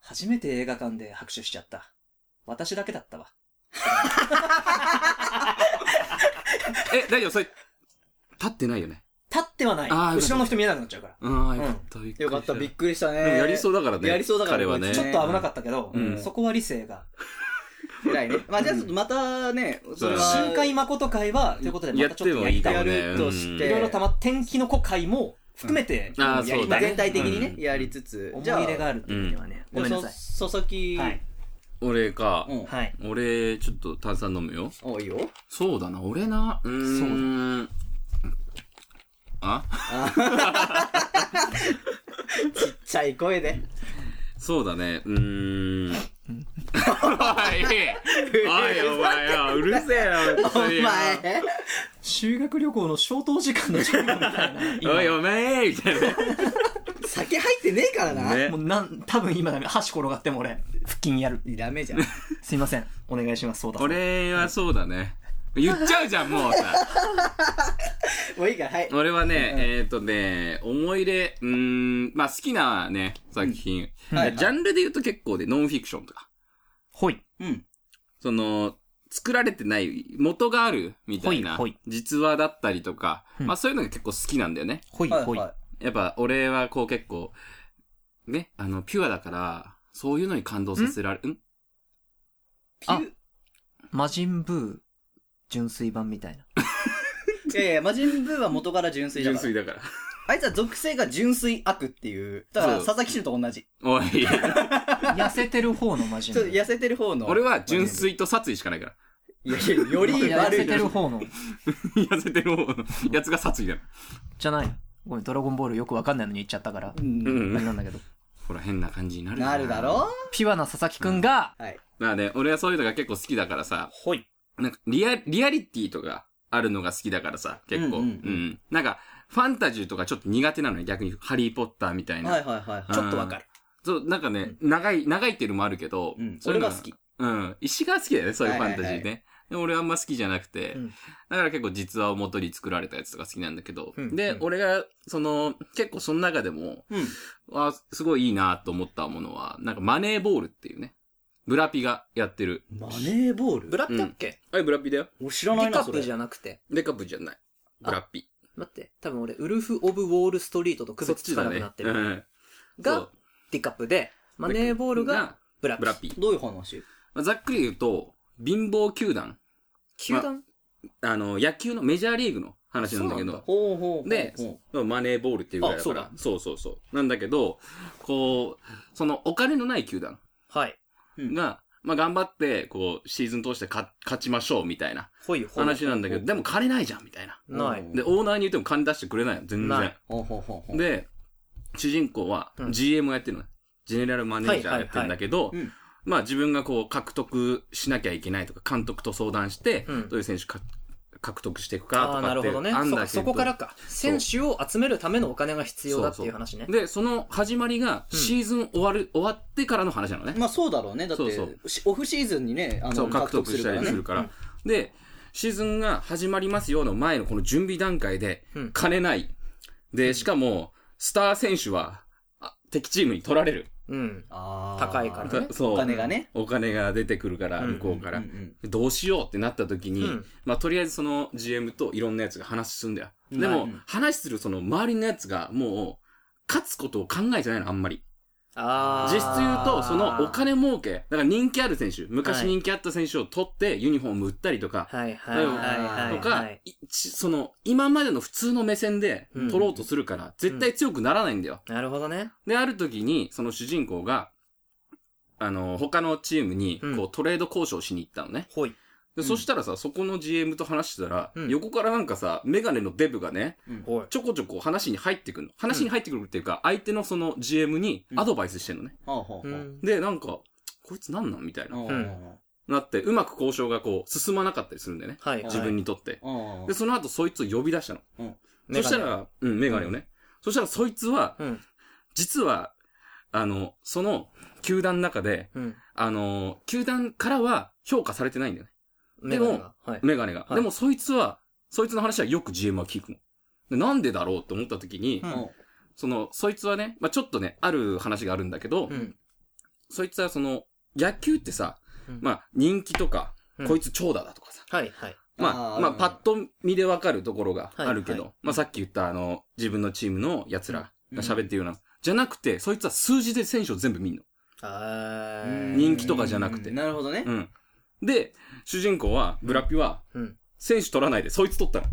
[SPEAKER 1] 初めて映画館で拍手しちゃった。私だけだったわ。
[SPEAKER 3] え、大丈夫それ、立ってないよね。
[SPEAKER 1] 立ってはない。
[SPEAKER 3] あー
[SPEAKER 1] 後ろの人見えなくなっちゃうから。
[SPEAKER 3] ああ、よかった。びくり
[SPEAKER 2] よ
[SPEAKER 3] し
[SPEAKER 2] かった、びっくりしたね。
[SPEAKER 3] でもやりそうだからね。
[SPEAKER 2] やりそうだから
[SPEAKER 3] 彼はね。
[SPEAKER 2] こい
[SPEAKER 1] ち
[SPEAKER 2] つ
[SPEAKER 1] ょっと危なかったけど、
[SPEAKER 3] うん
[SPEAKER 1] そこは理性が。
[SPEAKER 2] 偉いね。まあ、じゃあちょっとまたね、それは。
[SPEAKER 1] 深海誠会は、ということでまたちょっとやりたい。
[SPEAKER 2] や
[SPEAKER 3] やってもいいかもね
[SPEAKER 2] るとして。
[SPEAKER 1] いろいろたま、天気の子会も含めて、
[SPEAKER 3] うんあー
[SPEAKER 1] やり
[SPEAKER 3] そうだ
[SPEAKER 1] たい
[SPEAKER 3] ね
[SPEAKER 2] 全体的にね、
[SPEAKER 3] うん
[SPEAKER 2] やりつつ。
[SPEAKER 1] 思い
[SPEAKER 2] じゃあ
[SPEAKER 1] 入れがあるっていう意味ではね。ごめんなさい。
[SPEAKER 2] そ佐々木。
[SPEAKER 1] はい。
[SPEAKER 3] 俺か。
[SPEAKER 2] うん。
[SPEAKER 1] はい。
[SPEAKER 3] 俺、ちょっと炭酸飲むよ。
[SPEAKER 2] おいいよ。
[SPEAKER 3] そうだな、俺な。うーん。あ
[SPEAKER 2] ちっちゃい声で。
[SPEAKER 3] そうだね。うーん。おいおい、お前よ、うるせえな、本
[SPEAKER 2] お
[SPEAKER 3] 当に
[SPEAKER 2] 前。
[SPEAKER 1] 修学旅行の消灯時間の時間みたいな。
[SPEAKER 3] おい、お前みたいな。
[SPEAKER 2] 酒入ってねえからな。
[SPEAKER 3] ね
[SPEAKER 1] もうなん、多分今だね、箸転がっても俺、腹筋やる。
[SPEAKER 2] ダメじゃん。
[SPEAKER 1] すいません。お願いします、そうだ。
[SPEAKER 3] 俺はそうだね。言っちゃうじゃん、もうさ。
[SPEAKER 2] もういいから、はい。
[SPEAKER 3] 俺はね、えっ、とね、思い入れ、うーん、まあ好きなね、作品。
[SPEAKER 1] うん
[SPEAKER 2] はい
[SPEAKER 3] ジャンルで言うと結構で、ノンフィクションとか。
[SPEAKER 1] ほい。
[SPEAKER 2] うん。
[SPEAKER 3] その、作られてない、元がある、みたいな
[SPEAKER 1] ほいほい、
[SPEAKER 3] 実話だったりとか、
[SPEAKER 1] うん
[SPEAKER 3] まあそういうのが結構好きなんだよね。
[SPEAKER 1] ほい、
[SPEAKER 2] はい
[SPEAKER 1] ほい。
[SPEAKER 2] は
[SPEAKER 3] やっぱ俺はこう結構、ね、あの、ピュアだから、そういうのに感動させられ、ん
[SPEAKER 2] ピュ
[SPEAKER 1] 魔人ブー、純粋版みたいな。
[SPEAKER 2] いやいや、魔人ブーは元から純粋だ
[SPEAKER 3] 純
[SPEAKER 2] から
[SPEAKER 3] 粋。だから。
[SPEAKER 2] あいつは属性が純粋悪っていう。だから、
[SPEAKER 3] そう
[SPEAKER 2] 佐々木修と同じ。
[SPEAKER 3] おい、
[SPEAKER 1] 痩せてる方の魔人
[SPEAKER 2] ちょっ
[SPEAKER 1] ブ
[SPEAKER 2] と
[SPEAKER 1] ー。
[SPEAKER 2] 痩せてる方の。
[SPEAKER 3] 俺は純。粋と殺意しかないから。
[SPEAKER 2] いやいや、より
[SPEAKER 1] 痩
[SPEAKER 2] 悪
[SPEAKER 1] せ
[SPEAKER 2] い
[SPEAKER 1] て。る方の。
[SPEAKER 3] 痩せてる方のやつが殺意だよ。
[SPEAKER 1] じゃないのごめん、ドラゴンボールよくわかんないのに言っちゃったから。
[SPEAKER 2] う。
[SPEAKER 3] うん
[SPEAKER 1] あ
[SPEAKER 3] ん
[SPEAKER 1] れ。なんだけど。
[SPEAKER 3] ほら、変な感じになる。
[SPEAKER 2] なるだろ
[SPEAKER 1] ピュアな佐々木くんが、
[SPEAKER 2] はい。
[SPEAKER 3] まあね、俺はそういうのが結構好きだからさ、
[SPEAKER 1] ほい。
[SPEAKER 3] なんかリア、リアリティとかあるのが好きだからさ、結構。
[SPEAKER 2] う
[SPEAKER 3] うんん
[SPEAKER 2] うんうん
[SPEAKER 3] なんか、ファンタジーとかちょっと苦手なのに逆に、ハリーポッターみたいな。
[SPEAKER 2] はいはいはい。
[SPEAKER 1] ちょっとわかる。
[SPEAKER 3] そう、なんかね、長い、長いっていうのもあるけど、
[SPEAKER 2] うん。
[SPEAKER 3] そうい
[SPEAKER 2] 俺
[SPEAKER 3] う
[SPEAKER 2] は
[SPEAKER 3] の
[SPEAKER 2] 好き。。
[SPEAKER 3] うん。石が好きだよね、そういうファンタジーね。
[SPEAKER 2] はいはいは
[SPEAKER 3] で俺あんま好きじゃなくて、
[SPEAKER 1] うん
[SPEAKER 3] だから結構実話を元に作られたやつとか好きなんだけど、
[SPEAKER 1] うん
[SPEAKER 3] で、
[SPEAKER 1] うん
[SPEAKER 3] 俺が、その、結構その中でも、
[SPEAKER 2] うん。
[SPEAKER 3] あすごいいいなと思ったものは、なんかマネーボールっていうね、ブラピがやってる。
[SPEAKER 2] マネーボール
[SPEAKER 1] ブラッだっけ
[SPEAKER 3] あれブラピだよ。
[SPEAKER 2] 俺知ら
[SPEAKER 1] ピ
[SPEAKER 2] ない
[SPEAKER 1] カ
[SPEAKER 2] な、
[SPEAKER 1] ッ
[SPEAKER 2] そ
[SPEAKER 1] プ
[SPEAKER 2] れ。
[SPEAKER 1] じゃなくて。
[SPEAKER 3] デカップじゃない。ブラピ。
[SPEAKER 1] 待って、多分俺、ウルフ・オブ・ウォール・ストリートと区
[SPEAKER 3] そっ
[SPEAKER 1] 別つ
[SPEAKER 3] ち
[SPEAKER 1] か
[SPEAKER 3] だ
[SPEAKER 1] なく
[SPEAKER 3] ね
[SPEAKER 1] なって
[SPEAKER 3] う
[SPEAKER 1] る。
[SPEAKER 3] んそう
[SPEAKER 1] が、ディカップで、マネーボールが、ブラッ
[SPEAKER 3] ブラ
[SPEAKER 1] ク。
[SPEAKER 3] ピ。
[SPEAKER 2] どういう話
[SPEAKER 3] まあざっくり言うと、貧乏球団、
[SPEAKER 1] 球団
[SPEAKER 3] あの、野球のメジャーリーグの話なんだ
[SPEAKER 1] そ
[SPEAKER 3] け
[SPEAKER 1] うなんだ
[SPEAKER 3] ど、
[SPEAKER 2] ほうほうほう。
[SPEAKER 3] で、マネーボールっていうぐらいだから
[SPEAKER 1] あ
[SPEAKER 3] そうそうそう。なんだけど、こう、そのお金のない球団
[SPEAKER 1] はい。
[SPEAKER 2] うん
[SPEAKER 3] が、まあ頑張って、こう、シーズン通して勝勝ちましょうみたいな
[SPEAKER 1] ほいほい。
[SPEAKER 3] 話なんだけ
[SPEAKER 2] ほ
[SPEAKER 3] ど、
[SPEAKER 2] う
[SPEAKER 3] でも金ないじゃんみたいな。
[SPEAKER 1] ない。
[SPEAKER 3] で、オーナーに言っても金出してくれないの、全
[SPEAKER 1] ない
[SPEAKER 3] 然。
[SPEAKER 2] ほうほうほうほう。
[SPEAKER 3] で、主人公は
[SPEAKER 1] うん
[SPEAKER 3] GM をやってるのね。ジェネラルマネージャーやってるんだけ
[SPEAKER 2] はい
[SPEAKER 3] ど
[SPEAKER 2] はいはいうん、
[SPEAKER 3] まあ自分がこう獲得しなきゃいけないとか、監督と相談して、
[SPEAKER 1] うん
[SPEAKER 3] どういう選手か獲得していくかと
[SPEAKER 1] ああー、な
[SPEAKER 3] か
[SPEAKER 1] る
[SPEAKER 3] って
[SPEAKER 1] ほどね。そ
[SPEAKER 3] 案だけど
[SPEAKER 1] そこからか。選手を集めるためのお金が必要だっていう話ね。
[SPEAKER 3] で、その始まりがシーズン終わる、終わってからの話なのね。
[SPEAKER 2] まあそうだろうね。だって
[SPEAKER 3] そうそう、
[SPEAKER 2] しオフシーズンにね、あ
[SPEAKER 3] そ
[SPEAKER 2] の、
[SPEAKER 3] う、獲得したりするから。
[SPEAKER 1] うん
[SPEAKER 3] で、シーズンが始まりますよの前のこの準備段階で
[SPEAKER 1] うん、
[SPEAKER 3] 金ない。で、しかも、スター選手は、あ敵チームに取られる。
[SPEAKER 1] うん。
[SPEAKER 2] あー
[SPEAKER 1] 高いからね
[SPEAKER 3] そう
[SPEAKER 2] お金がね。
[SPEAKER 3] お金が出てくるから、
[SPEAKER 1] うん
[SPEAKER 3] 向こうから
[SPEAKER 2] うんう。ん
[SPEAKER 3] どうしようってなった時に、
[SPEAKER 1] うん
[SPEAKER 3] まあとりあえずその GM といろんなやつが話すんだよ。でも、
[SPEAKER 2] うん
[SPEAKER 3] 話するその周りのやつがもう、勝つことを考えてないの、あんまり。
[SPEAKER 1] あー
[SPEAKER 3] 実質言うと、そのお。金儲け、だから人気ある選手、昔人気あった選手を取ってユニフォーム売ったりとか、
[SPEAKER 1] はいはいはいはい。
[SPEAKER 3] とか、いちその、今までの普通の目線で
[SPEAKER 1] うん
[SPEAKER 3] 取ろうとするから、絶対強くならないんだよ。
[SPEAKER 1] なるほどね。
[SPEAKER 3] で、ある時に、その主人公が、あの、他のチームに
[SPEAKER 1] う、ん
[SPEAKER 3] こう、トレード交渉しに行ったのね。
[SPEAKER 1] ほい。
[SPEAKER 3] で、そしたらさ、そこの GM と話してたら、
[SPEAKER 1] うん
[SPEAKER 3] 横からなんかさ、メガネのデブがね、
[SPEAKER 1] ほい。
[SPEAKER 3] ちょこちょこ話に入ってくるの。話に入ってくるっていうか、相手のその GM にアドバイスしてんのね。
[SPEAKER 2] ほうほう
[SPEAKER 1] う。
[SPEAKER 2] ほうん
[SPEAKER 3] で、なんか、こいつなんなんみたいな。
[SPEAKER 2] うん
[SPEAKER 3] なって、うまく交渉がこう、進まなかったりするんだよね。
[SPEAKER 1] はい。
[SPEAKER 3] 自分
[SPEAKER 1] に。
[SPEAKER 3] にとって。
[SPEAKER 2] うん
[SPEAKER 3] で、その後そいつを呼び出したの。
[SPEAKER 1] メガ
[SPEAKER 3] そし
[SPEAKER 1] ネ
[SPEAKER 3] た、ら、うん、メガネをね。そしたらそいつは、
[SPEAKER 1] うん。
[SPEAKER 3] 実は、あの、その、球団の中で、
[SPEAKER 1] うん。
[SPEAKER 3] あの、球団からは評価されてないんだよね。
[SPEAKER 1] メガネが、はい。
[SPEAKER 3] メガネが。
[SPEAKER 1] はい
[SPEAKER 3] でもそいつは、そいつの話はよく GM は聞くの。でなんでだろうって思った時に、
[SPEAKER 1] うん
[SPEAKER 3] その、そいつはね、まあちょっとね、ある話があるんだけど、
[SPEAKER 1] うん。
[SPEAKER 3] そいつはその、野球ってさ、
[SPEAKER 1] うん
[SPEAKER 3] まあ人気とか、
[SPEAKER 1] うん
[SPEAKER 3] こいつ長打だとかさ、
[SPEAKER 1] はいはい。
[SPEAKER 3] まあ、
[SPEAKER 2] あー
[SPEAKER 3] まあ、
[SPEAKER 2] うん
[SPEAKER 3] パッと見でわかるところがあるけど、
[SPEAKER 1] はいは
[SPEAKER 3] まあ、さっき言った、あの、自分のチームの奴ら
[SPEAKER 2] うん
[SPEAKER 3] が喋ってるような、じゃなくて、そいつは数字で選手を全部見んの。
[SPEAKER 1] あ
[SPEAKER 2] うん
[SPEAKER 1] ー
[SPEAKER 3] 人気とかじゃなくて
[SPEAKER 2] うんなるほどね
[SPEAKER 3] う。ん。で、主人公は、ブラピは、
[SPEAKER 1] うん。
[SPEAKER 3] 選手取らないで、そいつ取ったの。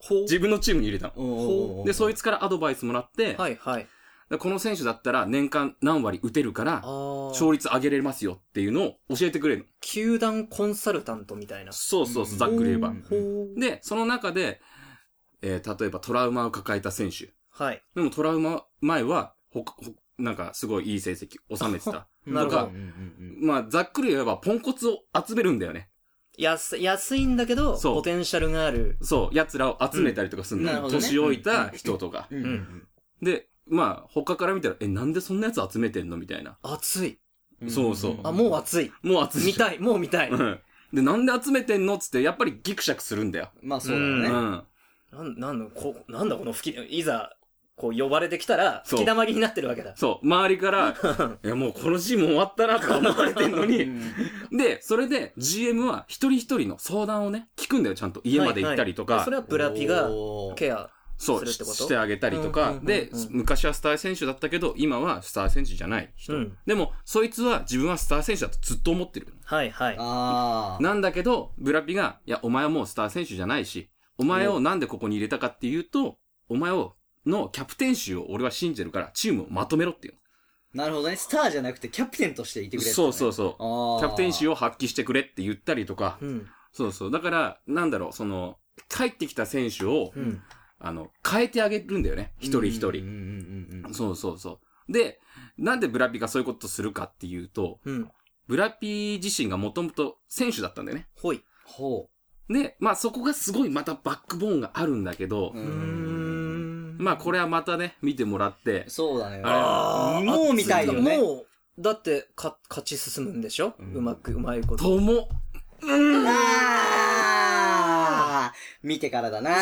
[SPEAKER 1] ほう。
[SPEAKER 3] 自分のチームに入れたの。
[SPEAKER 2] ほ
[SPEAKER 3] で、そい
[SPEAKER 2] つ。
[SPEAKER 3] つからアドバイスもらって、
[SPEAKER 1] はいはい。
[SPEAKER 3] でこの選手だったら年間何割打てるから
[SPEAKER 1] あ、ー
[SPEAKER 3] 勝率上げれますよっていうのを教えてくれるの。
[SPEAKER 1] 球団コンサルタントみたいな。
[SPEAKER 3] そうそうそう、ざっくり言えば。
[SPEAKER 1] ほう。
[SPEAKER 3] で、その中で、えー例えばトラウマを抱えた選手。
[SPEAKER 1] はい。
[SPEAKER 3] でもトラウマ前は、ほか、ほなんかすごいいい成績収めて た。
[SPEAKER 1] なるほど
[SPEAKER 3] とか。
[SPEAKER 2] うんうん
[SPEAKER 3] まあ、ざっくり言えば、ポンコツを集めるんだよね。
[SPEAKER 1] 安、安いんだけど、
[SPEAKER 3] そう
[SPEAKER 1] ポテンシャルがある。
[SPEAKER 3] そう、奴らを集めたりとかする
[SPEAKER 2] うんな
[SPEAKER 3] の、
[SPEAKER 2] るほどね
[SPEAKER 3] 年老いた人とか。
[SPEAKER 2] うんうんうん
[SPEAKER 3] で、まあ、他から見たら、え、なんでそんな奴集めてんのみたいな。
[SPEAKER 1] 熱い。
[SPEAKER 2] うん
[SPEAKER 3] そうそう
[SPEAKER 1] あ、もう熱い。
[SPEAKER 3] もう集め
[SPEAKER 1] 見たい、もう見 たい。
[SPEAKER 3] うんで、なんで集めてんのっつって、やっぱりギクシャクするんだよ。
[SPEAKER 2] まあそうだよ
[SPEAKER 3] う
[SPEAKER 2] ね。
[SPEAKER 3] ん。
[SPEAKER 1] なん、なんの、こ、なんだこの吹き、いざ、こう呼ばれてきたら、
[SPEAKER 3] そう
[SPEAKER 1] 吹き溜まりになってるわけだ。
[SPEAKER 3] そう、周り から、いや、もうこのチーム終わったなとか思われてんの
[SPEAKER 2] う
[SPEAKER 3] に。
[SPEAKER 2] ん
[SPEAKER 3] で、それで GM は一人一人の相談をね、聞くんだよ、ちゃんと。家まで行ったりとか。
[SPEAKER 1] はいはいそれはブラピが
[SPEAKER 2] おー
[SPEAKER 1] ケア。
[SPEAKER 3] そう
[SPEAKER 1] するってこと
[SPEAKER 3] ししてあげたりとか、
[SPEAKER 1] うんうんうんうん
[SPEAKER 3] で、昔はスター選手だったけど、今はスター選手じゃない人。
[SPEAKER 1] うん
[SPEAKER 3] でも、そいつは自分はスター選手だとずっと思ってる。
[SPEAKER 1] はいはい。
[SPEAKER 2] ああ。
[SPEAKER 3] なんだけど、ブラピが、いや、お前はもうスター選手じゃないし、お前をなんでここに入れたかっていうと、お前を、のキャプテン集を俺は信じてるから、チームをまとめろっていう。
[SPEAKER 2] なるほどね。スターじゃなくてキャプテンとしていてくれ
[SPEAKER 3] そうそう
[SPEAKER 2] そ
[SPEAKER 3] そう。
[SPEAKER 2] う
[SPEAKER 3] キャプテン
[SPEAKER 2] を。
[SPEAKER 3] 集を発揮してくれって言ったりとか、
[SPEAKER 1] うん。
[SPEAKER 3] そうそう。だから、なんだろう、その、帰ってきた選手を、
[SPEAKER 1] うん。
[SPEAKER 3] あの、変えてあげるんだよね。一人一
[SPEAKER 2] うん
[SPEAKER 3] 人。
[SPEAKER 2] うんうんうん
[SPEAKER 3] そうそうそう。で、なんでブラピがそういうことするかっていうと、
[SPEAKER 1] うん。
[SPEAKER 3] ブラピ自身がもともと選手だったんだよね。
[SPEAKER 1] ほい。
[SPEAKER 2] ほ
[SPEAKER 3] で、まあそこがすごいまたバックボーンがあるんだけど
[SPEAKER 2] う。、
[SPEAKER 1] うーん。
[SPEAKER 3] まあこれはまたね、見てもらって、
[SPEAKER 2] そうだね。
[SPEAKER 3] あ
[SPEAKER 1] ー
[SPEAKER 2] もう見たいよね。
[SPEAKER 1] もう、だって、か、勝ち進むんでしょ
[SPEAKER 2] うん
[SPEAKER 1] うまく、うまいこと。
[SPEAKER 3] とも、
[SPEAKER 2] あー見てからだな。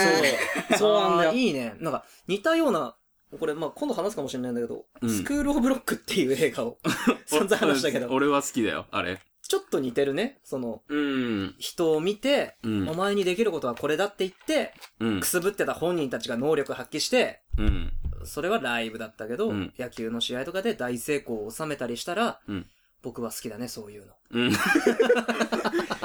[SPEAKER 1] そ う。そうなんだよ。いいね。なんか、似たような、これ、まあ、今度話すかもしれないんだけど、
[SPEAKER 3] うん、
[SPEAKER 1] スクールオブロックっていう映画を 散々話したけど、
[SPEAKER 3] 俺は好きだよ、あれ。
[SPEAKER 1] ちょっと似てるね。その、
[SPEAKER 3] うん。
[SPEAKER 1] 人を見て、
[SPEAKER 3] う
[SPEAKER 1] お
[SPEAKER 3] ん。
[SPEAKER 1] 前にできることはこれだって言って、
[SPEAKER 3] うん
[SPEAKER 1] く。すぶってた本人たちが能力発揮して、
[SPEAKER 3] うん。
[SPEAKER 1] それはライブだったけど、
[SPEAKER 3] うん
[SPEAKER 1] 野球の試合とかで大成功を収めたりしたら、
[SPEAKER 3] うん
[SPEAKER 1] 僕は好きだね、そういうの。
[SPEAKER 3] うん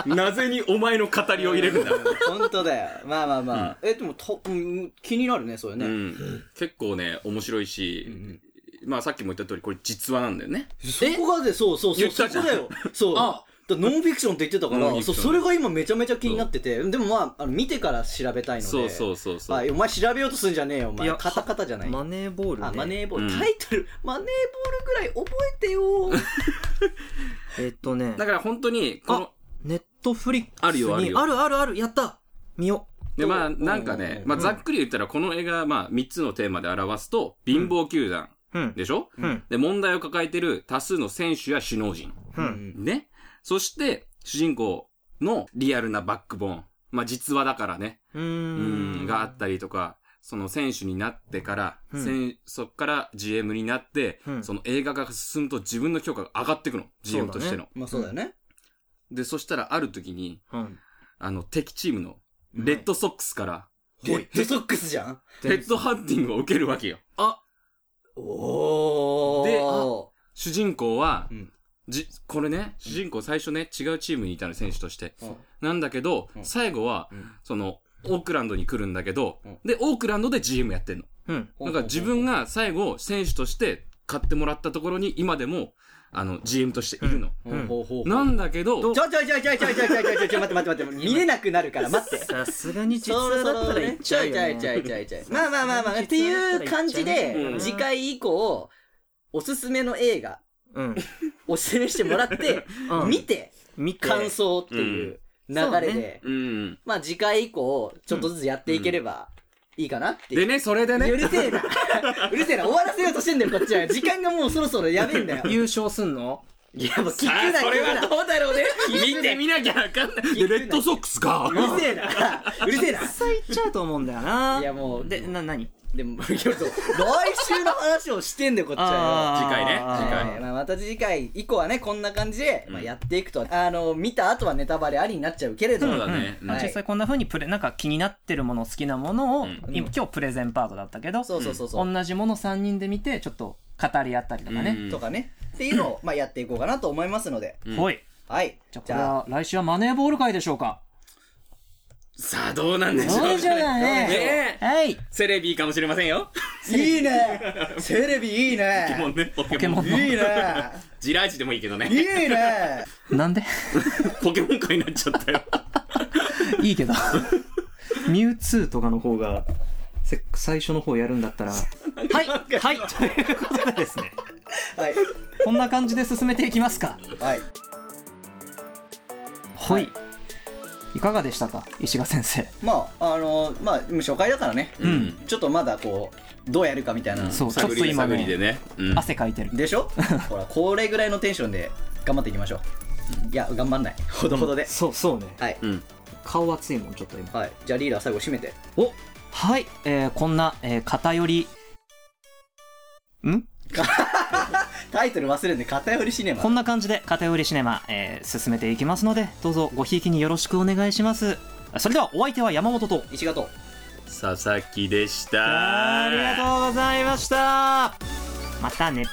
[SPEAKER 3] なぜにお前の語りを入れるんだ。
[SPEAKER 2] 本当だよ。まあまあまあ。え、でも、と、うん気になるね、それ
[SPEAKER 3] う
[SPEAKER 2] ね。
[SPEAKER 3] ん、結構ね、面白いし、まあさっきも言った通り、これ実話なんだよね。
[SPEAKER 2] そこがで、そうそうそ
[SPEAKER 3] 言
[SPEAKER 2] う、
[SPEAKER 3] った
[SPEAKER 2] そこ
[SPEAKER 3] じゃん
[SPEAKER 2] だよ。そう。だからノンフィクションって言ってたか
[SPEAKER 3] ノンフ
[SPEAKER 2] ら、
[SPEAKER 3] ィクショ
[SPEAKER 2] そう、
[SPEAKER 3] ン
[SPEAKER 2] それが今めちゃめちゃ気になってて、でもまあ、あの見てから調べたいので。
[SPEAKER 3] そうそうそうそう。
[SPEAKER 2] はい、お前調べようとすんじゃねえよ、お
[SPEAKER 1] い
[SPEAKER 2] 前。
[SPEAKER 1] や
[SPEAKER 2] カタカタじゃない。
[SPEAKER 1] マネーボール、ね。
[SPEAKER 2] あ、マネーボール。
[SPEAKER 3] うん
[SPEAKER 2] タイトル、マネーボールぐらい覚えて よ。
[SPEAKER 1] えっとね、
[SPEAKER 3] だから本当に、この、
[SPEAKER 1] ネットフリックスに
[SPEAKER 3] あるよあるよ
[SPEAKER 1] あるあるあるやった見よ
[SPEAKER 3] でまあ
[SPEAKER 2] うん
[SPEAKER 3] なんかね、
[SPEAKER 2] うん
[SPEAKER 3] まあざっくり言ったらこの映画、まあ3つのテーマで表すと、貧乏球団
[SPEAKER 1] ううん。
[SPEAKER 3] でしょ、
[SPEAKER 1] うん。
[SPEAKER 3] で、問題を抱えてる多数の選手や首脳陣。
[SPEAKER 1] うん。
[SPEAKER 3] ね。そして、主人公のリアルなバックボーン。まあ実話だからね。
[SPEAKER 1] う
[SPEAKER 3] うんん、があったりとか、その選手になってから、
[SPEAKER 1] うん
[SPEAKER 3] 選そっから GM になって、
[SPEAKER 1] うん
[SPEAKER 3] その映画化が進むと自分の評価が上がっていくの。GM としての。
[SPEAKER 2] まあそうだよね。
[SPEAKER 3] で、そしたらある時に、
[SPEAKER 1] うん。
[SPEAKER 3] あの、敵チームの、レッドソックスから、
[SPEAKER 2] レッドソックスじゃん
[SPEAKER 3] ヘッドハンティングを受けるわけよ。
[SPEAKER 2] おー。
[SPEAKER 3] で主人公は、
[SPEAKER 2] うん
[SPEAKER 3] じ、これね、主人公最初ね、違うチームにいたの、選手として。
[SPEAKER 2] うん
[SPEAKER 3] なんだけど、
[SPEAKER 2] うん
[SPEAKER 3] 最後は、
[SPEAKER 2] うん
[SPEAKER 3] その、オークランドに来るんだけど、
[SPEAKER 2] うん
[SPEAKER 3] で、オークランドで GM やってんの。
[SPEAKER 1] うん。
[SPEAKER 3] だから自分、が最後、選手として買ってもらったところに、今でも、あの、GM としているの。
[SPEAKER 1] うん
[SPEAKER 2] ほうほうほう
[SPEAKER 3] なんだけど、
[SPEAKER 2] ちょちょちょちょちょちょちょちょちょちょ待って待って待って見れなくなるから待って。
[SPEAKER 1] さすがに実話だったら言っちゃうよ、ね。
[SPEAKER 2] ちょいちょいちょいちょいちょいまあまあまあまあ、っていう感じ
[SPEAKER 3] う
[SPEAKER 2] で、
[SPEAKER 3] ん
[SPEAKER 2] 次回以降、おすすめの映画
[SPEAKER 1] うん。
[SPEAKER 2] を示してもらって、
[SPEAKER 1] うん
[SPEAKER 2] 見て、
[SPEAKER 1] 見て。
[SPEAKER 2] 感想っていう流
[SPEAKER 1] うんそう
[SPEAKER 2] れ
[SPEAKER 1] ね
[SPEAKER 2] で、
[SPEAKER 3] うん。
[SPEAKER 2] まあ次回以降、ちょっとずつやっていければいいかなっていう
[SPEAKER 3] で。ね、それで
[SPEAKER 2] う
[SPEAKER 3] ね、
[SPEAKER 2] るせえな。 うるせえな。終わらせようとしてんだよ、こっちは。時間がもうそろそろやべえんだよ。
[SPEAKER 4] 優勝すんの
[SPEAKER 2] いや、もう聞く
[SPEAKER 3] あ
[SPEAKER 2] な、
[SPEAKER 3] それは
[SPEAKER 2] 聞く
[SPEAKER 4] ど
[SPEAKER 2] な。
[SPEAKER 4] うだろうね
[SPEAKER 3] 見てみなきゃわかんない。
[SPEAKER 2] 聞
[SPEAKER 3] で、
[SPEAKER 2] くな
[SPEAKER 3] レッドソックスが、
[SPEAKER 2] うるせえな。うるせえな。
[SPEAKER 1] さ言っちゃうと思うんだよな。
[SPEAKER 2] いやもう
[SPEAKER 1] で、な、なに
[SPEAKER 2] でも、いやそう来週の話をしてんだよ、こっちはよ。
[SPEAKER 1] あー
[SPEAKER 3] 次回ね次回
[SPEAKER 2] はいまあ、また次回以降はね、こんな感じで、
[SPEAKER 3] うん
[SPEAKER 2] まあ、やっていくと。あの、見た後はネタバレありになっちゃうけれど。
[SPEAKER 3] そうだね
[SPEAKER 1] うんまあ
[SPEAKER 2] はい
[SPEAKER 1] 実際こんな風にプレ、なんか気になってるもの、好きなものを、
[SPEAKER 3] うん
[SPEAKER 1] 今今日プレゼンパートだったけど、
[SPEAKER 2] そうそうそうそう。
[SPEAKER 1] 同じもの3人で見て、ちょっと語り合ったりとかね。
[SPEAKER 3] うん
[SPEAKER 2] とかね。っていうのを、まあ、やっていこうかなと思いますので。
[SPEAKER 3] うん
[SPEAKER 1] ほい。
[SPEAKER 2] はい。
[SPEAKER 1] じゃあこれは、来週はマネーボール会でしょうか
[SPEAKER 3] さあ、どうなんでしょう。
[SPEAKER 1] そうじゃないね。
[SPEAKER 3] ね
[SPEAKER 1] はい。
[SPEAKER 3] セレビーかもしれませんよ。
[SPEAKER 2] いいねテレビいい
[SPEAKER 3] ポケモ
[SPEAKER 2] ね
[SPEAKER 3] ンね、ポケ
[SPEAKER 1] ケモ
[SPEAKER 3] モン
[SPEAKER 1] ン。
[SPEAKER 2] いいね
[SPEAKER 3] ジラージでもいいけど
[SPEAKER 2] いい
[SPEAKER 3] ね。
[SPEAKER 2] ね
[SPEAKER 1] なんで
[SPEAKER 3] ポケモン界になっちゃったよ。
[SPEAKER 1] いいけど。ミュウツーとかの方が、せ最初の方やるんだったら。はいはいということでですね。
[SPEAKER 2] はい。
[SPEAKER 1] こんな感じで進めていきますか。
[SPEAKER 2] はい。
[SPEAKER 1] はいい。いかがでしたか石賀先生。
[SPEAKER 2] まあ、あのまあ、初回だからね。
[SPEAKER 3] うん。
[SPEAKER 2] ちょっとまだこう、どうやるかみたいな。
[SPEAKER 1] そう
[SPEAKER 3] 探
[SPEAKER 1] ち
[SPEAKER 3] りで
[SPEAKER 1] ょっと今ね
[SPEAKER 3] 探りでね。うん
[SPEAKER 1] 汗かいてる。
[SPEAKER 2] でし ょほら、これぐらいのテンションで頑張っていきましょう。いや、頑張んない。ほどほどで。
[SPEAKER 1] そうそうね。
[SPEAKER 2] はい。
[SPEAKER 3] うん。
[SPEAKER 1] 顔熱いもん、ちょっと今。
[SPEAKER 2] はい。じゃあリーダー最後締めて。
[SPEAKER 1] おはい、えー、こんな、えー、偏り、ん
[SPEAKER 2] タイトル忘れんで、偏りシネマ
[SPEAKER 1] こ。んな感じで偏りシネマ、えー、進めていきますので、どうぞごひいきによろしくお願いします。それではお相手は山本と。
[SPEAKER 2] 石形。
[SPEAKER 3] 佐々木でした。
[SPEAKER 1] ありがとうございましたまたね。